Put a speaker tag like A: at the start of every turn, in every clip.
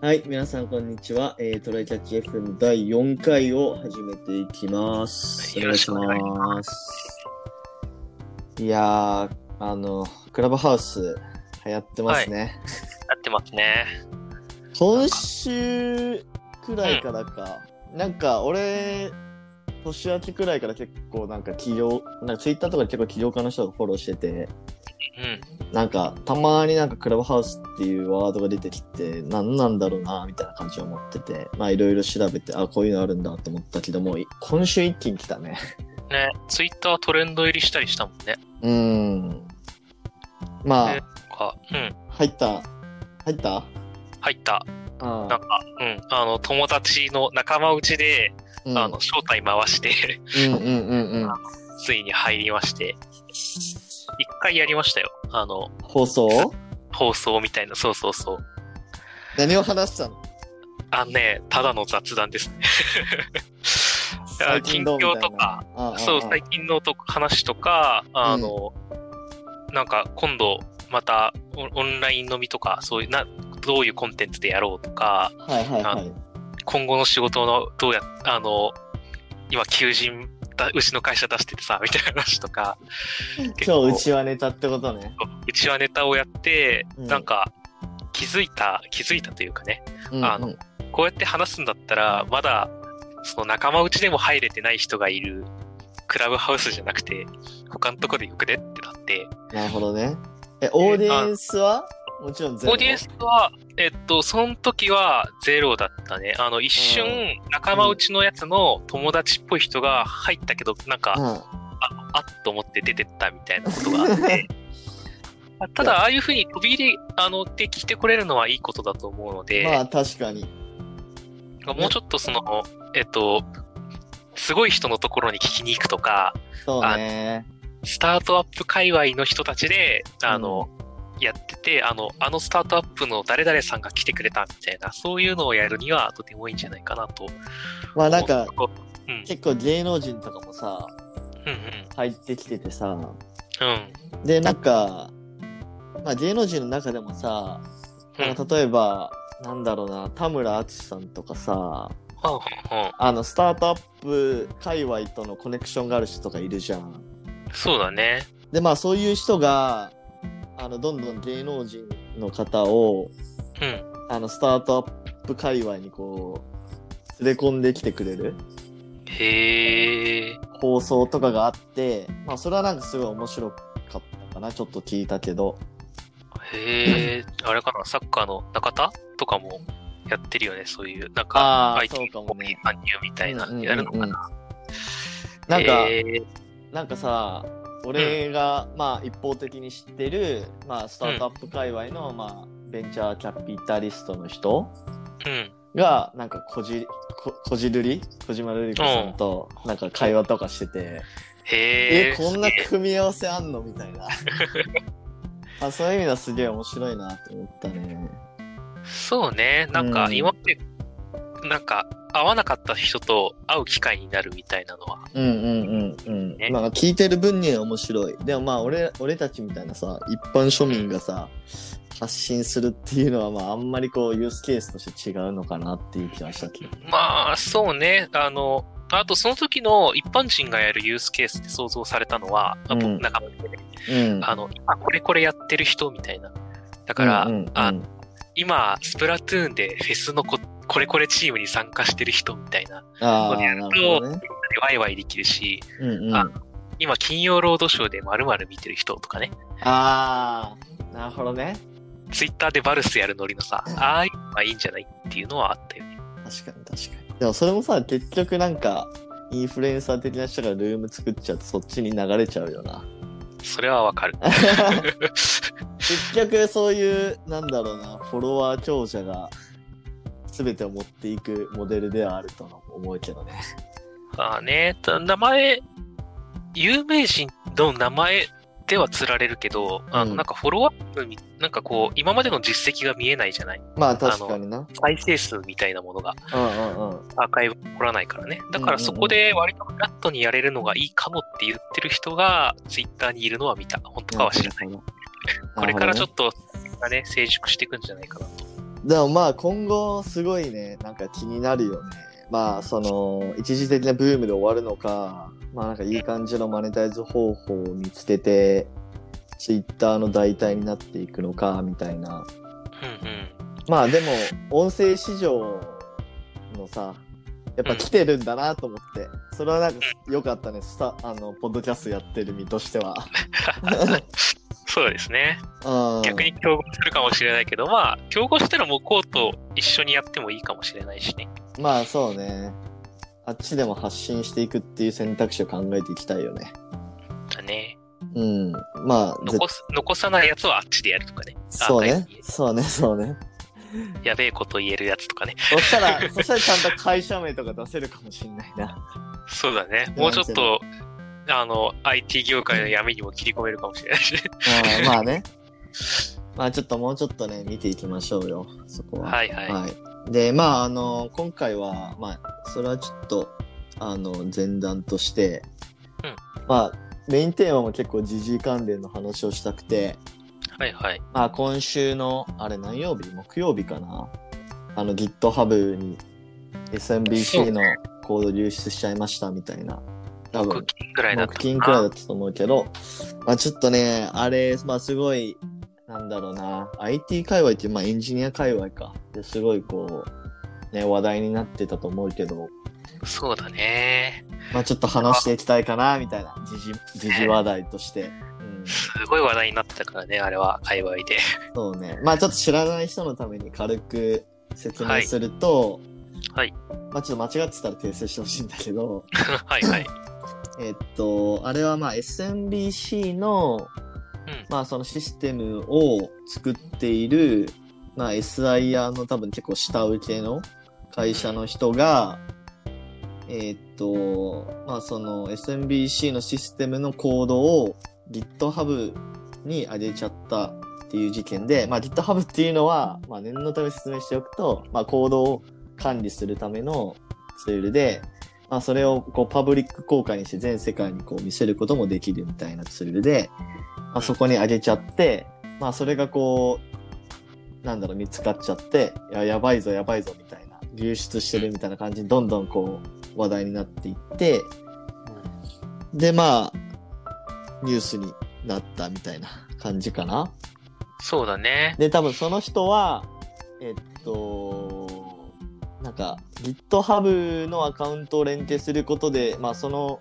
A: はい、皆さんこんにちは。えー、トライキャッチ FM 第4回を始めていきます。
B: はいよろしくお願いしま
A: お
B: す
A: 願いします。いやー、あの、クラブハウス流行ってますね。
B: やってますね。
A: 今週くらいからか、なんか俺、年明けくらいから結構なんか起業、なんかツイッターとかで結構起業家の人がフォローしてて、
B: うん。
A: なんか、たまになんかクラブハウスっていうワードが出てきて、何なんだろうな、みたいな感じを思ってて、まあいろいろ調べて、あ、こういうのあるんだと思ったけども、い今週一気に来たね。
B: ね、ツイッタートレンド入りしたりしたもんね。
A: うーん。まあ、
B: えなんか、うん、
A: 入った。入った
B: 入った。
A: あ
B: なんか、うん、あの、友達の仲間内で、
A: うん
B: あの、招待回して、
A: うんうんうんうん。
B: ついに入りまして、一回やりましたよ。あの、
A: 放送
B: 放送みたいな、そうそうそう。
A: 何を話したの
B: あのね、ただの雑談ですね。や
A: 最近どうみたいな
B: 近況とか。
A: ああ
B: そう、最近のと話とか、あの、なんか今度、またオンオンライン飲みとか、そういう、な、どういうコンテンツでやろうとか、
A: ああはいはいはい。
B: 今後の仕事のどうやあの今求人だうちの会社出しててさみ たいな話とか結
A: 今
B: 構
A: 日うちはネタってことね。
B: うちはネタをやって、
A: うん
B: なんか気づいた気づいたというかね
A: うんうん
B: あのこうやって話すんだったらまだその仲間内でも入れてない人がいるクラブハウスじゃなくて他のとこでよくねってなって
A: なるほどね。え、オーディエンスはもちろんゼ
B: オ
A: ロ。
B: ーディエンスはえっとその時はゼロだったねあの一
A: う
B: 瞬仲間内のやつの友達っぽい人が入ったけどなんか、
A: うん
B: ああっと思って出てったみたいなことがあって あただああいうふうに飛び入りあのできてこれるのはいいことだと思うので、
A: まあ確かに。
B: もうちょっとそのえっとすごい人のところに聞きに行くとか
A: そうね。
B: スタートアップ界隈の人たちであの、やっててあのあのスタートアップの誰々さんが来てくれたみたいなそういうのをやるにはとてもいいんじゃないかなと
A: まあなんか
B: 思ううん
A: 結構芸能人とかもさ、
B: うん
A: 入ってきててさ、
B: うんうん
A: でなんか、まあ芸能人の中でもさ、
B: うん
A: なんか例えば、なんだろうな、田村淳さんとかさ、
B: うんうん
A: あのスタートアップ界隈とのコネクションがある人とかいるじゃん。
B: そうだね
A: でまあそういう人が、あのどんどん芸能人の方を、
B: うん
A: あのスタートアップ界隈にこう、連れ込んできてくれる
B: へえ
A: 放送とかがあって、まあ、それはなんかすごい面白かったかなちょっと聞いたけど
B: へえ、あれかな、サッカーの中田とかもやってるよね、そういう、な
A: あ
B: んか
A: ー、
B: 相手に
A: そうかもね
B: 参入みたいな、やるのか
A: うんうんうん
B: な。
A: なんか、
B: へー
A: なんかさ俺が、まあ一方的に知ってる、まあ、スタートアップ界隈の、まあ、ベンチャーキャピタリストの人
B: うん、
A: がなんかこじここじるり小島瑠璃子さんとなんか会話とかしてて、
B: へ
A: え
B: え、
A: こんな
B: すげえ
A: 組み合わせあんのみたいな あそういう意味ではすげえ面白いなと思ったね
B: そうね、なんか
A: うん
B: 今まで、なんか、会わなかった人と会う機会になるみたいなのは、
A: うんうんうんう
B: ね
A: ん。まあ聞いてる分には面白い。でもまあ俺俺たちみたいなさ、一般庶民がさ、発信するっていうのはまああんまりこうユースケースとして違うのかなっていう気がしたけど。
B: まあ、そうね、あの、あとその時の一般人がやるユースケースって想像されたのは、あ
A: うん
B: 僕、仲間でね、
A: うん。
B: あの、今これこれやってる人みたいな。だから、
A: うんうんうん
B: あ今、スプラトゥーンでフェスのここれこれチームに参加してる人みたいな、
A: あー
B: こうやる
A: な
B: と
A: るほどね。
B: ワイワイできるし、
A: うんうん。
B: あ
A: あ
B: 今、金曜ロードショーでまる見てる人とかね、
A: あー、なるほどね。
B: ツイッターでバルスやるノリのさ、ああいうのはいいんじゃないっていうのはあったよね。
A: 確かに確かに。でもそれもさ、結局なんか、インフルエンサー的な人がルーム作っちゃってそっちに流れちゃうよな。
B: それはわかる。
A: 結局そういうなんだろうなフォロワー強者が全てを持っていくモデルではあるとは思うけどね
B: まあね、た名前、有名人の名前では釣られるけど、あ
A: う
B: の
A: ん
B: なんかフォロワー数み、なんかこう、今までの実績が見えないじゃない
A: まあ確かにな
B: 再生数みたいなものが。
A: うんうんうん
B: アーカイブ残らないからね。だからそこで割とフラットにやれるのがいいかもって言ってる人がツイッターにいるのは見た。本当かは知らない。
A: なるほどね
B: これからちょっと、ね、成熟していくんじゃないかなと。
A: でもまあ今後すごいね、なんか気になるよね。まあその一時的なブームで終わるのか、まあなんかいい感じのマネタイズ方法を見つけて、ツイッターの代替になっていくのか、みたいな。
B: うんうん。
A: まあでも、音声市場のさ、やっぱ来てるんだなと思って、それはなんか良かったね、スタ、あの、ポッドキャストやってる身としては。
B: そうですね。
A: うん
B: 逆に競合するかもしれないけど、まあ、競合したら向こうと一緒にやってもいいかもしれないしね。
A: まあそうね。あっちでも発信していくっていう選択肢を考えていきたいよね。
B: だね。
A: うん。まあ、ぜ
B: 残す、残さないやつはあっちでやるとかね。
A: そう
B: アー
A: ね
B: カイブ。に
A: そうね、そうね。
B: やべえこと言えるやつとかね。
A: そしたら、 そしたらちゃんと会社名とか出せるかもしれないな。
B: そうだね。もうちょっと、あの、IT 業界の闇にも切り込めるかもしれないしね。
A: うんまあね。まあちょっともうちょっとね、見ていきましょうよ。そこは。
B: はいはい。
A: はい。で、まああの、今回は、まあ、それはちょっと、あの、前段として、
B: うん
A: まあ、メインテーマも結構時事関連の話をしたくて、
B: はいはい。
A: まあ、今週の、あれ何曜日木曜日かなあの GitHub に SMBC のコード流出しちゃいましたみたいな。多
B: 木
A: 分、
B: 金ぐらいだった
A: 木金くらいだったと思うけど、まあちょっとね、あれ、まあすごい、なんだろうな、IT 界隈っていう、まあエンジニア界隈か。ですごいこう、ね、話題になってたと思うけど、
B: そうだね。
A: まあちょっと話していきたいかな、みたいな、時事、時事話題として。うん
B: すごい話題になってたからね、あれは、界隈で。
A: そうね。まあちょっと知らない人のために軽く説明すると、
B: はい
A: まあちょっと間違ってたら訂正してほしいんだけど、
B: はいはい。
A: えっと、あれはまあ SMBC の、
B: うん
A: まあそのシステムを作っている、まあ SIR の多分結構下請けの会社の人が、えっと、まあその SMBC のシステムのコードを GitHub に上げちゃったっていう事件で、まあ GitHub っていうのは、まあ念のため説明しておくと、まあコードを管理するためのツールで、まあ、それをこうパブリック公開にして全世界にこう見せることもできるみたいなツールで、まあ、そこに上げちゃって、まあ、それがこう、なんだろう、見つかっちゃって、いややばいぞ、やばいぞ、みたいな、流出してるみたいな感じにどんどんこう、話題になっていって、で、まあ、ニュースになったみたいな感じかな。
B: そうだね。
A: で、多分その人は、えっと、なんか GitHub のアカウントを連携することで、まあその、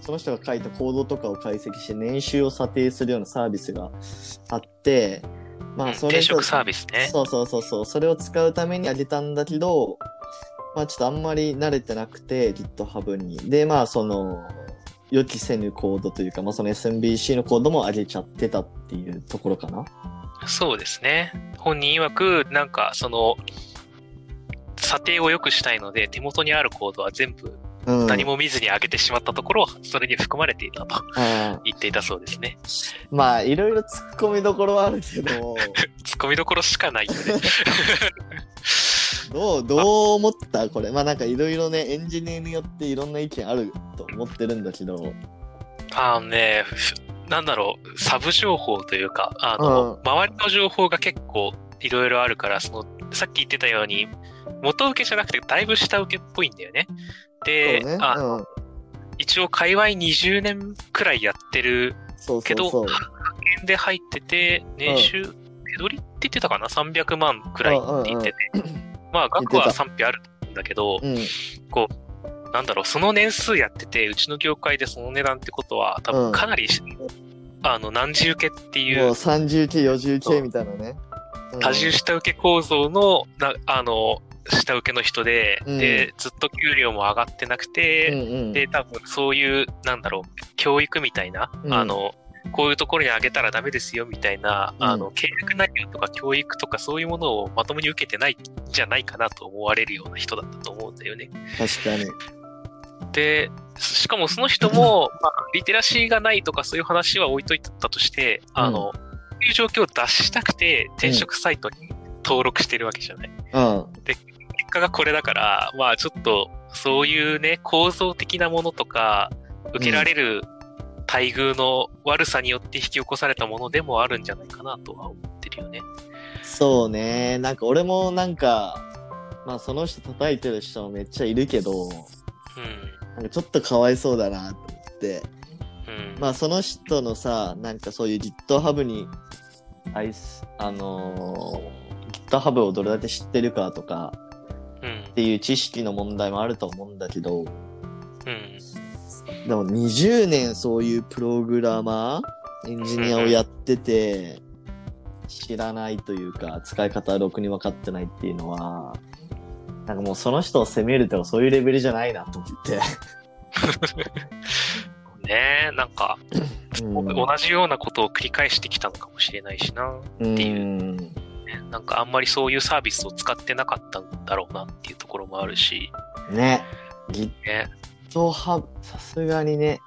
A: その人が書いたコードとかを解析して年収を査定するようなサービスがあって、ま
B: うん
A: あそれ
B: 転
A: と、
B: 職サービスね。
A: そうそうそうそう、それを使うためにあげたんだけど、まあちょっとあんまり慣れてなくて GitHub に。で、まあその、予期せぬコードというか、まあその SMBC のコードも上げちゃってたっていうところかな。
B: そうですね。本人曰く、なんか、その、査定を良くしたいので、手元にあるコードは全部
A: うん。
B: 何も見ずに上げてしまったところ、それに含まれていたと
A: うん
B: 言っていたそうですね。
A: まあいろいろ突っ込みどころはあるけど
B: ツッコミどころしかないよね。
A: どうどう思ったこれまあなんかいろいろねエンジニアによっていろんな意見あると思ってるんだけど
B: あのね、ふなんだろう、サブ情報というか、あの、
A: うん
B: 周りの情報が結構いろいろあるから、その、さっき言ってたように、元請けじゃなくて、だいぶ下請けっぽいんだよね。で、
A: そうね
B: あ
A: うん、
B: 一応、界隈20年くらいやってる
A: そう
B: け
A: そ
B: ど、
A: うそう
B: 派遣で入ってて、年収、手取りって言ってたかな ?300 万くらいって言ってて。まあ、額は賛否あるんだけど、
A: うん
B: なんだろう、その年数やってて、うちの業界でその値段ってことは、多
A: うん
B: 分かなり、あの、何重受けってい
A: もう
B: う、
A: 30K、
B: そう
A: 40K みたいなね。うん
B: 多重下請け構造の、なあの、下請けの人で、
A: うん
B: で、ずっと給料も上がってなく
A: うん
B: て、
A: うん
B: で、多分そういう、なんだろう、教育みたいな、
A: うん
B: あの、こういうところにあげたらダメですよみたいな、
A: うん
B: あの、契約内容とか教育とかそういうものをまともに受けてないんじゃないかなと思われるような人だったと思うんだよね。
A: 確かに。
B: で、しかもその人も、まあ、リテラシーがないとかそういう話は置いといたとして、あの、そういう状況を脱したくて転職サイトに登録してるわけじゃない。
A: うん。
B: 結果がこれだから、まあちょっと、そういうね、構造的なものとか、受けられる待遇の悪さによって引き起こされたものでもあるんじゃないかなとは思ってるよね。
A: そうね。なんか俺もなんか、まあその人叩いてる人もめっちゃいるけど、
B: うん。
A: なんかちょっとかわいそうだなって思って。
B: うん。
A: まあその人のさ、なんかそういう GitHub に、アイス、あのー GitHub をどれだけ知ってるかとか
B: うん
A: っ。ていう知識の問題もあると思うんだけど、
B: うん。
A: でも20年そういうプログラマーエンジニアをやってて知らないというか使い方はろくに分かってないっていうのはなんかもうその人を責めるとかそういうレベルじゃないなと思って、
B: ねえ、なんか、
A: うん
B: 同じようなことを繰り返してきたのかもしれないしな。ていう
A: うん
B: ねなんかあんまりそういうサービスを使ってなかったんだろうなっていうところもあるし、
A: ね
B: ね。
A: GitHub さすがにね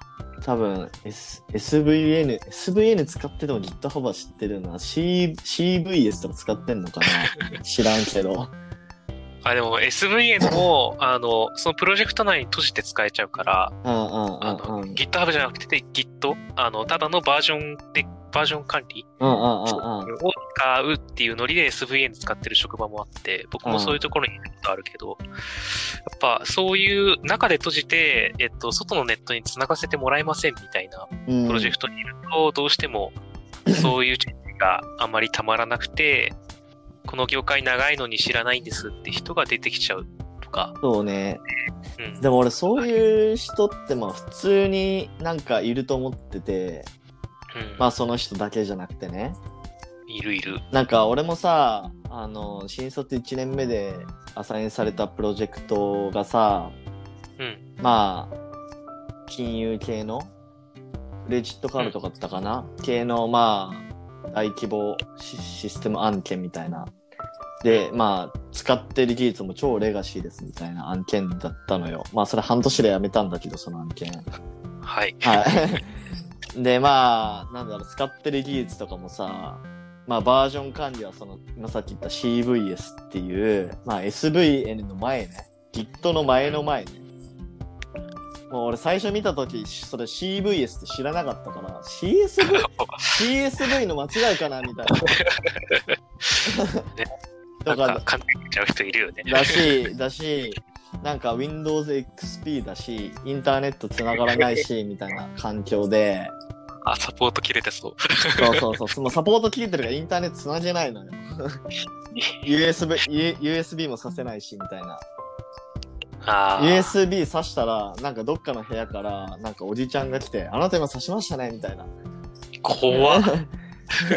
A: 多分、S、SVN SVN 使ってても GitHub は知ってるな C CVS とか使ってんのか な知らんけど
B: あ、でも SVN も、あの、そのプロジェクト内に閉じて使えちゃうから、
A: うんうん
B: あ
A: うん
B: の、
A: うん
B: GitHub じゃなくて Git、あの、ただのバージョンで、バージョン管理
A: うんうんう
B: を
A: んうん
B: 使うっていうノリで SVN 使ってる職場もあって、僕もそういうところに行ったことあるけど、やっぱそういう中で閉じて、えっと、外のネットに繋がせてもらえませんみたいな
A: うん
B: プロジェクトにいると、どうし てもそういう知識があまりたまらなくて、この業界長いのに知らないんですって人が出てきちゃうとか、
A: そうね。
B: うん
A: でも俺そういう人ってまあ普通になんかいると思ってて、
B: うん
A: まあその人だけじゃなくてね。
B: いるいる。
A: なんか俺もさ、あの、新卒1年目でアサインされたプロジェクトがさ、
B: うん、
A: まあ、金融系の、クレジットカードとかだったかな、系のまあ、大規模シシステム案件みたいな。で、まあ、使ってる技術も超レガシーですみたいな案件だったのよ。まあ、それ半年でやめたんだけど、その案件。
B: はい。
A: はい。で、まあ、なんだろう、使ってる技術とかもさ、まあ、バージョン管理はその、今さっき言った CVS っていう、まあ、SVN の前ね。Git の前の前ね。もう俺最初見たとき、それ CVS って知らなかったから、CSV、CSV の間違いかなみたい
B: ね
A: な。
B: な ん
A: とか
B: か、、勘違いしちゃう人いるよね。
A: だし、だし、なんか Windows XP だし、インターネット繋がらないし、みたいな環境で、
B: あ、サポート切れてそう。
A: そうそうそう。そのサポート切れてるからインターネット繋げないのよ。USB、U- USB もさせないし、みたいな。
B: ああ。
A: USB 挿したら、なんかどっかの部屋から、なんかおじちゃんが来て、あなた今挿しましたね、みたいな。
B: 怖っ
A: そう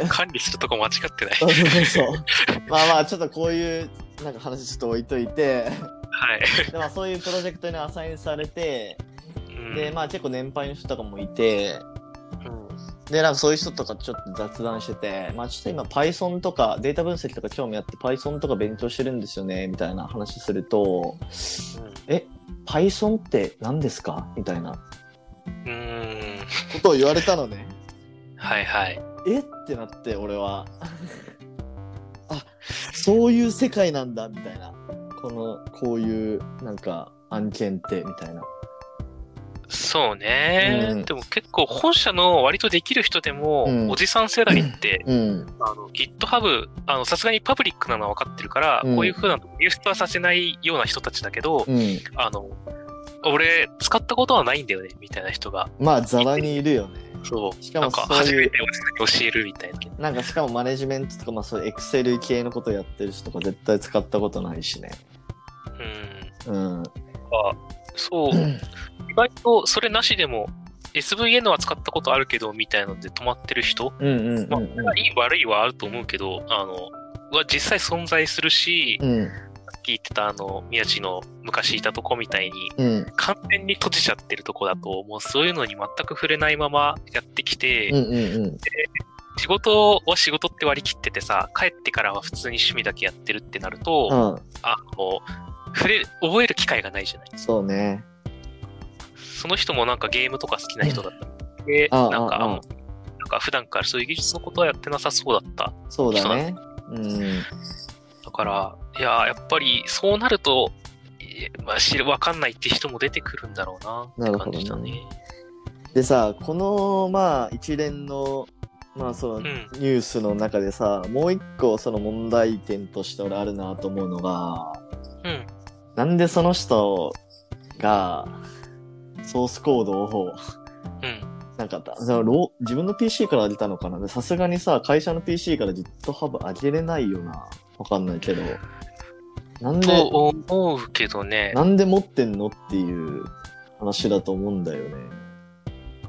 B: 管理するとこ間違ってない。
A: そうそうそう。まあまあ、ちょっとこういう、なんか話ちょっと置いといて、
B: はい。
A: でまあそういうプロジェクトにアサインされて、
B: うん
A: で、まあ結構年配の人とかもいて、
B: うん
A: で、なんかそういう人とかちょっと雑談してて、まあちょっと今 Python とかデータ分析とか興味あって Python とか勉強してるんですよね、みたいな話すると、え、Python って何ですかみたいな
B: うん。うん
A: ことを言われたのね。
B: はいはい。
A: えってなって、俺は。 あ、そういう世界なんだ、みたいな。この、こういう、なんか、案件って、みたいな。
B: そうね、
A: うん
B: でも結構本社の割とできる人でも、
A: うん
B: おじさん世代って、
A: うん。
B: あの GitHub、あの、さすがにパブリックなのは分かってるから、
A: うん
B: こういう風な流出はさせないような人たちだけど、
A: うん。
B: あの、俺、使ったことはないんだよね、みたいな人が。
A: まあ、ざらにいるよね。
B: そう。
A: しか
B: なん
A: も
B: か、
A: そう
B: 初
A: い
B: め
A: う
B: て、教えるみたいな。
A: なんかしかもマネジメントとか、まあそういうエクセル系のことやってる人とか絶対使ったことないしね。
B: うん。
A: うん。
B: か、そう、意外とそれなしでも、SVN は使ったことあるけど、みたいなので止まってる人、
A: うんうんうん
B: まあ、これがいい悪いはあると思うけど、あの、は実際存在するし、
A: うん。うん。
B: さっき言ってたあの、宮地の昔いたとこみたいに、
A: うん。
B: 完全に閉じちゃってるとこだと、もうそういうのに全く触れないままやってきて、
A: うんうんうん。
B: 仕事は仕事って割り切っててさ、帰ってからは普通に趣味だけやってるってなると、
A: う
B: あの、触れる、覚える機会がないじゃない
A: ん。そうね。
B: その人もなんかゲームとか好きな人だったので、
A: ああ
B: なんか、
A: ああ
B: なんか普段からそういう技術のことはやってなさそうだった。
A: そうだね。うん。
B: だから、いやー、やっぱりそうなると、えーまあ、知る、わかんないって人も出てくるんだろうな、って感じだ
A: なる
B: ね。
A: でさ、この、まあ、一連の、まあその
B: う
A: ニ
B: ん。
A: ュースの中でさ、もう一個その問題点として俺あるなと思うのが、
B: うん。
A: なんでその人がソースコードを
B: うん。
A: なんかだそのロー自分の PC から上げたのかなでさすがにさ、会社の PC から GitHub 上げれないよな。わかんないけど。なんで、
B: と思うけどね。
A: なんで持ってんのっていう話だと思うんだよね。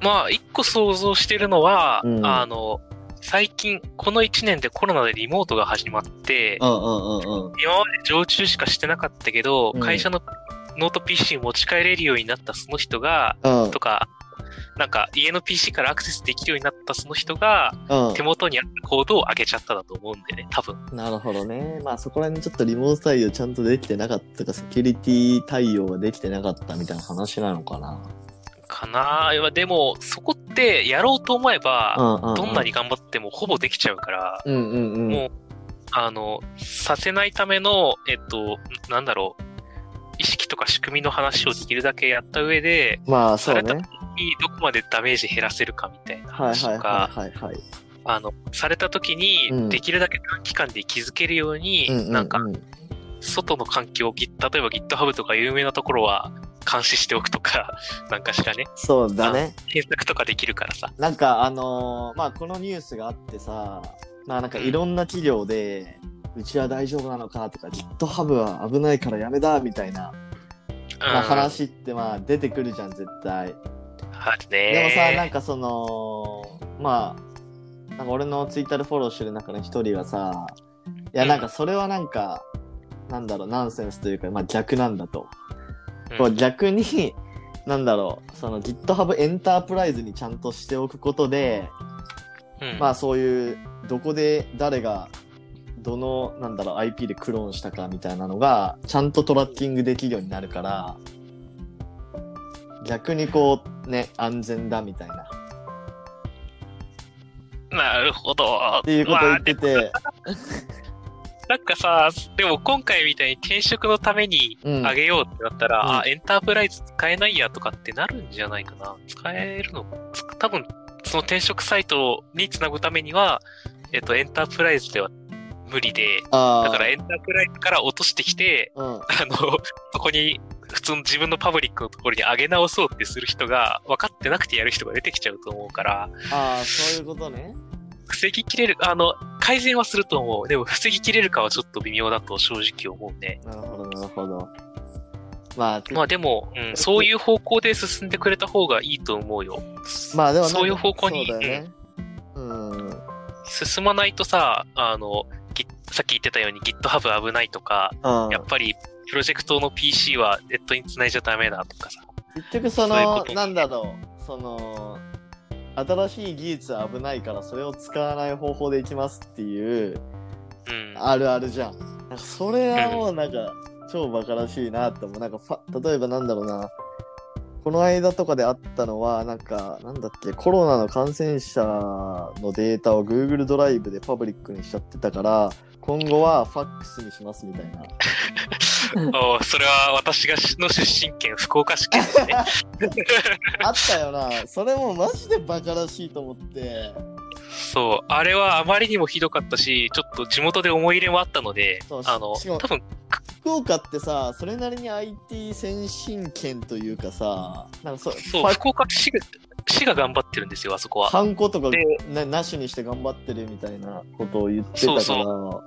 B: まあ、一個想像してるのは、
A: うん
B: あの、最近、この1年でコロナでリモートが始まって、
A: うんうんうんうん。
B: 今まで常駐しかしてなかったけど、
A: うん
B: 会社のノート PC 持ち帰れるようになったその人が、
A: うん
B: とか、なんか家の PC からアクセスできるようになったその人が、
A: うん
B: 手元にあったコードを上げちゃっただと思うんでね、多分。
A: なるほどね。まあそこら辺ちょっとリモート対応ちゃんとできてなかったとか、セキュリティ対応ができてなかったみたいな話なのかな。
B: かなぁいやでも、そこってやろうと思えば、
A: うんうん、うん。
B: どんなに頑張ってもほぼできちゃうから、
A: うんうんうん。
B: もう、あの、させないための、えっと、なんだろう、意識とか仕組みの話をできるだけやった上で、
A: まあそうね。
B: されどこまでダメージ減らせるかみたいな
A: はい
B: 話
A: はい
B: とか、
A: はいはいはい。
B: あの、された時
A: う
B: に
A: ん、
B: できるだけ短期間で気づけるように、
A: ううう
B: なんか、外の環境を、ぎ例えば GitHub とか有名なところは監視しておくとか、 なんかしらね、
A: そうだね。
B: 検索とかできるからさ。
A: なんかあのーまあこのニュースがあってさ、まあなんかいろんな企業で、うちは大丈夫なのかとか、GitHub は危ないからやめだみたいな、まあ、
B: うん。
A: 話ってまあ出てくるじゃん、絶対。
B: ある
A: でもさ、な
B: ね。
A: んかその、まあ、なんか俺のツイッターでフォローしてる中の一人がさ、いや、なんかそれはなんか、なんだろう、ナンセンスというか、まあ逆なんだと。こ
B: う
A: うん逆に、 なんだろう、その GitHub エンタープライズにちゃんとしておくことで、
B: うん
A: まあそういう、どこで誰が、どの、なんだろう、IP でクローンしたかみたいなのが、ちゃんとトラッキングできるようになるから、逆にこう、ね、安全だみたいな。
B: なるほど。
A: っていうことを
B: ま
A: 言
B: あ
A: って
B: で
A: て、
B: なんかさ、でも今回みたいに転職のために
A: うん
B: あげようってなったら、
A: うん
B: あ、エンタープライズ使えないやとかってなるんじゃないかな。使えるのつ多分、その転職サイトにつなぐためには、えっと、エンタープライズでは無理で、
A: あー
B: だからエンタープライズから落としてきて、
A: うん、
B: あの、そこに、普通の自分のパブリックのところに上げ直そうってする人が、分かってなくてやる人が出てきちゃうと思うから、
A: ああそういうことね
B: 防ぎきれる、あの、改善はすると思う。でも、防ぎきれるかはちょっと微妙だと正直思うね。
A: なるほどなるほどまあ、
B: まあでも、うん、そういう方向で進んでくれた方がいいと思うよ。
A: まあでもなんか
B: そういう方向に
A: そうだよねうん
B: 進まないとさ、あの、ぎさっき言ってたように GitHub 危ないとか、
A: うん
B: やっぱりプロジェクトの PC はネットに繋いじゃダメだとかさ。
A: 結局そ
B: そういうこ
A: の
B: と
A: なんだろうその新しい技術は危ないからそれを使わない方法でいきますっていう
B: うん。
A: あるあるじゃんなんかそれはもうなんか超バカらしいなって思うなんかファ例えばなんだろうなこの間とかであったのはなんかなんだっけコロナの感染者のデータを Google ドライブでパブリックにしちゃってたから今後はファックスにしますみたいな
B: おそれは私がしの出身県、福岡市県で すね。
A: あったよなそれもマジでバカらしいと思って
B: そう、あれはあまりにもひどかったし、ちょっと地元で思い入れもあったので
A: そう、
B: あの、
A: ししかも
B: 多分、
A: 福岡ってさそれなりに IT 先進圏というかさなんかそフ
B: そう、
A: ァ
B: 福岡市が市が頑張ってるんですよ、あそこは。
A: ハンコとか
B: で
A: ななしにして頑張ってるみたいなことを言ってたから。
B: そ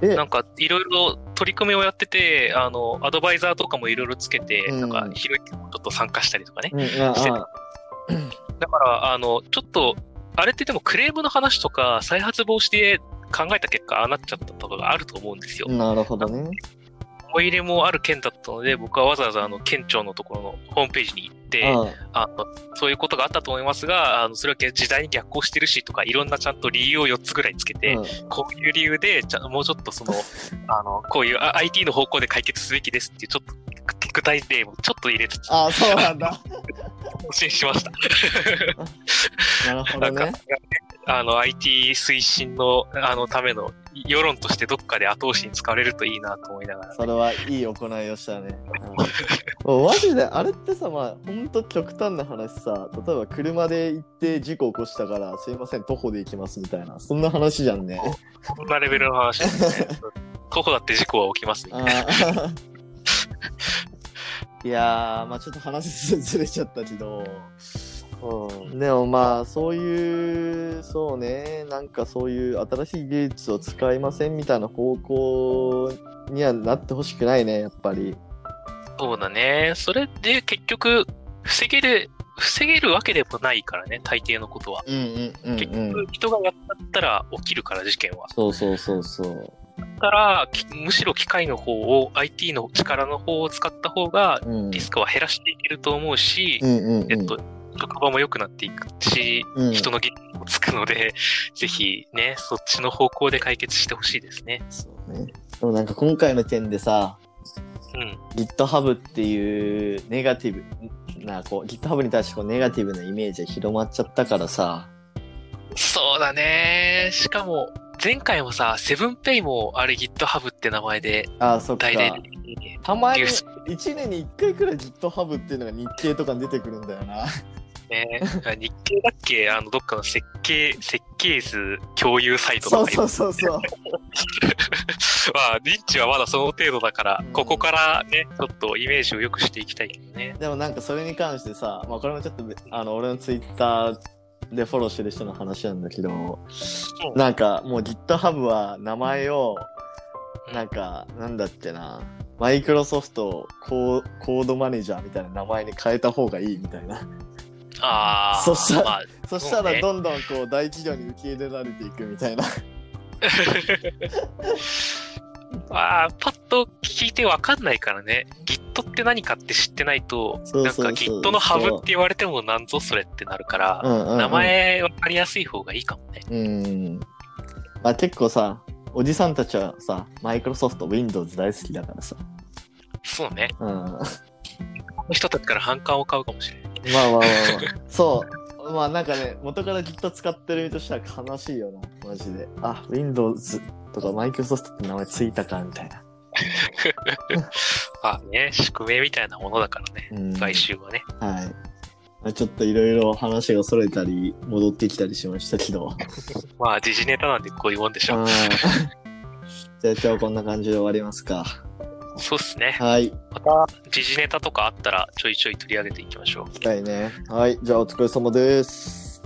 B: う
A: え
B: なんか、いろいろ取り組みをやってて、あの、アドバイザーとかもいろいろつけて、
A: うん
B: なんか、ひろゆきもちょっと参加したりとかね。
A: うんうん
B: してだから、あの、ちょっと、あれってでもクレームの話とか、再発防止で考えた結果、ああなっちゃったとかがあると思うんですよ。
A: うんなるほどね。
B: 思い入れもある県だったので、僕はわざわざ、あの、県庁のところのホームページに行って、
A: う
B: あのそういうことがあったと思いますが、あのそれは時代に逆行してるしとか、いろんなちゃんと理由を4つぐらいつけて、
A: んうん
B: こういう理由で、じゃもうちょっと そのあの、こういうあ IT の方向で解決すべきですっていう、ちょっと具体例もちょっと入れつつ、
A: ああ、そうなん だ。
B: 更新しました。
A: なるほ
B: な
A: ど
B: んか、
A: ね。
B: あの IT 推進のあのための世論としてどっかで後押しに使われるといいなと思いながら。
A: それはいい行いをしたね。もうマジであれってさまあほんと極端な話さ例えば車で行って事故起こしたからすいません徒歩で行きますみたいなそんな話じゃんね
B: そんなレベルの話ですね。 徒歩だって事故は起きますね。
A: あー いやー、まあちょっと話ずれちゃったけど、うん、でもまあそういう、そうね、なんかそういう新しい技術を使いませんみたいな方向にはなってほしくないね、やっぱり。
B: そうだね。それで結局、防げる、防げるわけでもないからね、大抵のことは。
A: うんうん
B: 結局、人がやったら起きるから、事件は。
A: そうそうそうそう。
B: だから、きむしろ機械の方を、IT の力の方を使った方が、
A: うん、
B: リスクは減らしていけると思うし
A: う、んうんうん、
B: えっと、職場も良くなっていくし、
A: うん、
B: 人の技術もつくので、 ぜひね、そっちの方向で解決してほしいですね。
A: そうね。でもなんか今回の件でさ、
B: うん。
A: GitHub っていうネガティブなこう GitHub に対してこうネガティブなイメージが広まっちゃったからさ
B: そうだね。しかも、前回もさ、セブンペイもあれ GitHub って名前で
A: あーそっか
B: 代々
A: たまに
B: 流出
A: 1年に1回くらい GitHub っていうのが日経とかに出てくるんだよな
B: ね。日経だっけあの、どっかの設計、設計図共有サイ ト
A: そ
B: と
A: う
B: か
A: そ
B: いう
A: そうそう
B: まあ、認知はまだその程度だから
A: うん、
B: ここからね、ちょっとイメージを良くしていきたいけどね。
A: でもなんかそれに関してさ、まあ、これもちょっとべあの俺の Twitter でフォローしてる人の話なんだけどなんかもう GitHub は名前をなんかなんだっけなマイクロソフトコーコードマネージャーみたいな名前に変えた方がいいみたいな
B: ああ、
A: そしたら
B: まあ、
A: そした
B: そう
A: ら
B: ね
A: どんどんこう大企業に受け入れられていくみた いな。
B: まあ、パッと聞いてわかんないからね。Git って何かって知ってないと、
A: そうそうそう
B: なんか Git のハブって言われてもなんぞそれってなるから、
A: んうんうん
B: 名前わかりやすい方がいいかもね。
A: うん。まあ結構さ、おじさんたちはさ、マイクロソフト、Windows 大好きだからさ。
B: そうね。
A: うん。 まあまあ
B: この人たちから反感を買うかもしれない。
A: まあまあ。そう。まあなんかね、元から Git 使ってる身としては悲しいよな、マジで。あ、Windows とか Microsoft って名前ついたか、みたいな。
B: まあね、宿命みたいなものだからね。
A: うん。
B: 来週はね。
A: はいまあ。ちょっといろいろ話がそれたり、戻ってきたりしましたけど。
B: まあ、時事ネタなんでこういうもんでしょ
A: う
B: う。
A: んじゃあ今日はこんな感じで終わりますか。
B: そうっすね。
A: はい。
B: 時事ネタとかあったらちょいちょい取り上げていきましょう。
A: 期待ね。はい。じゃあお疲れ様です。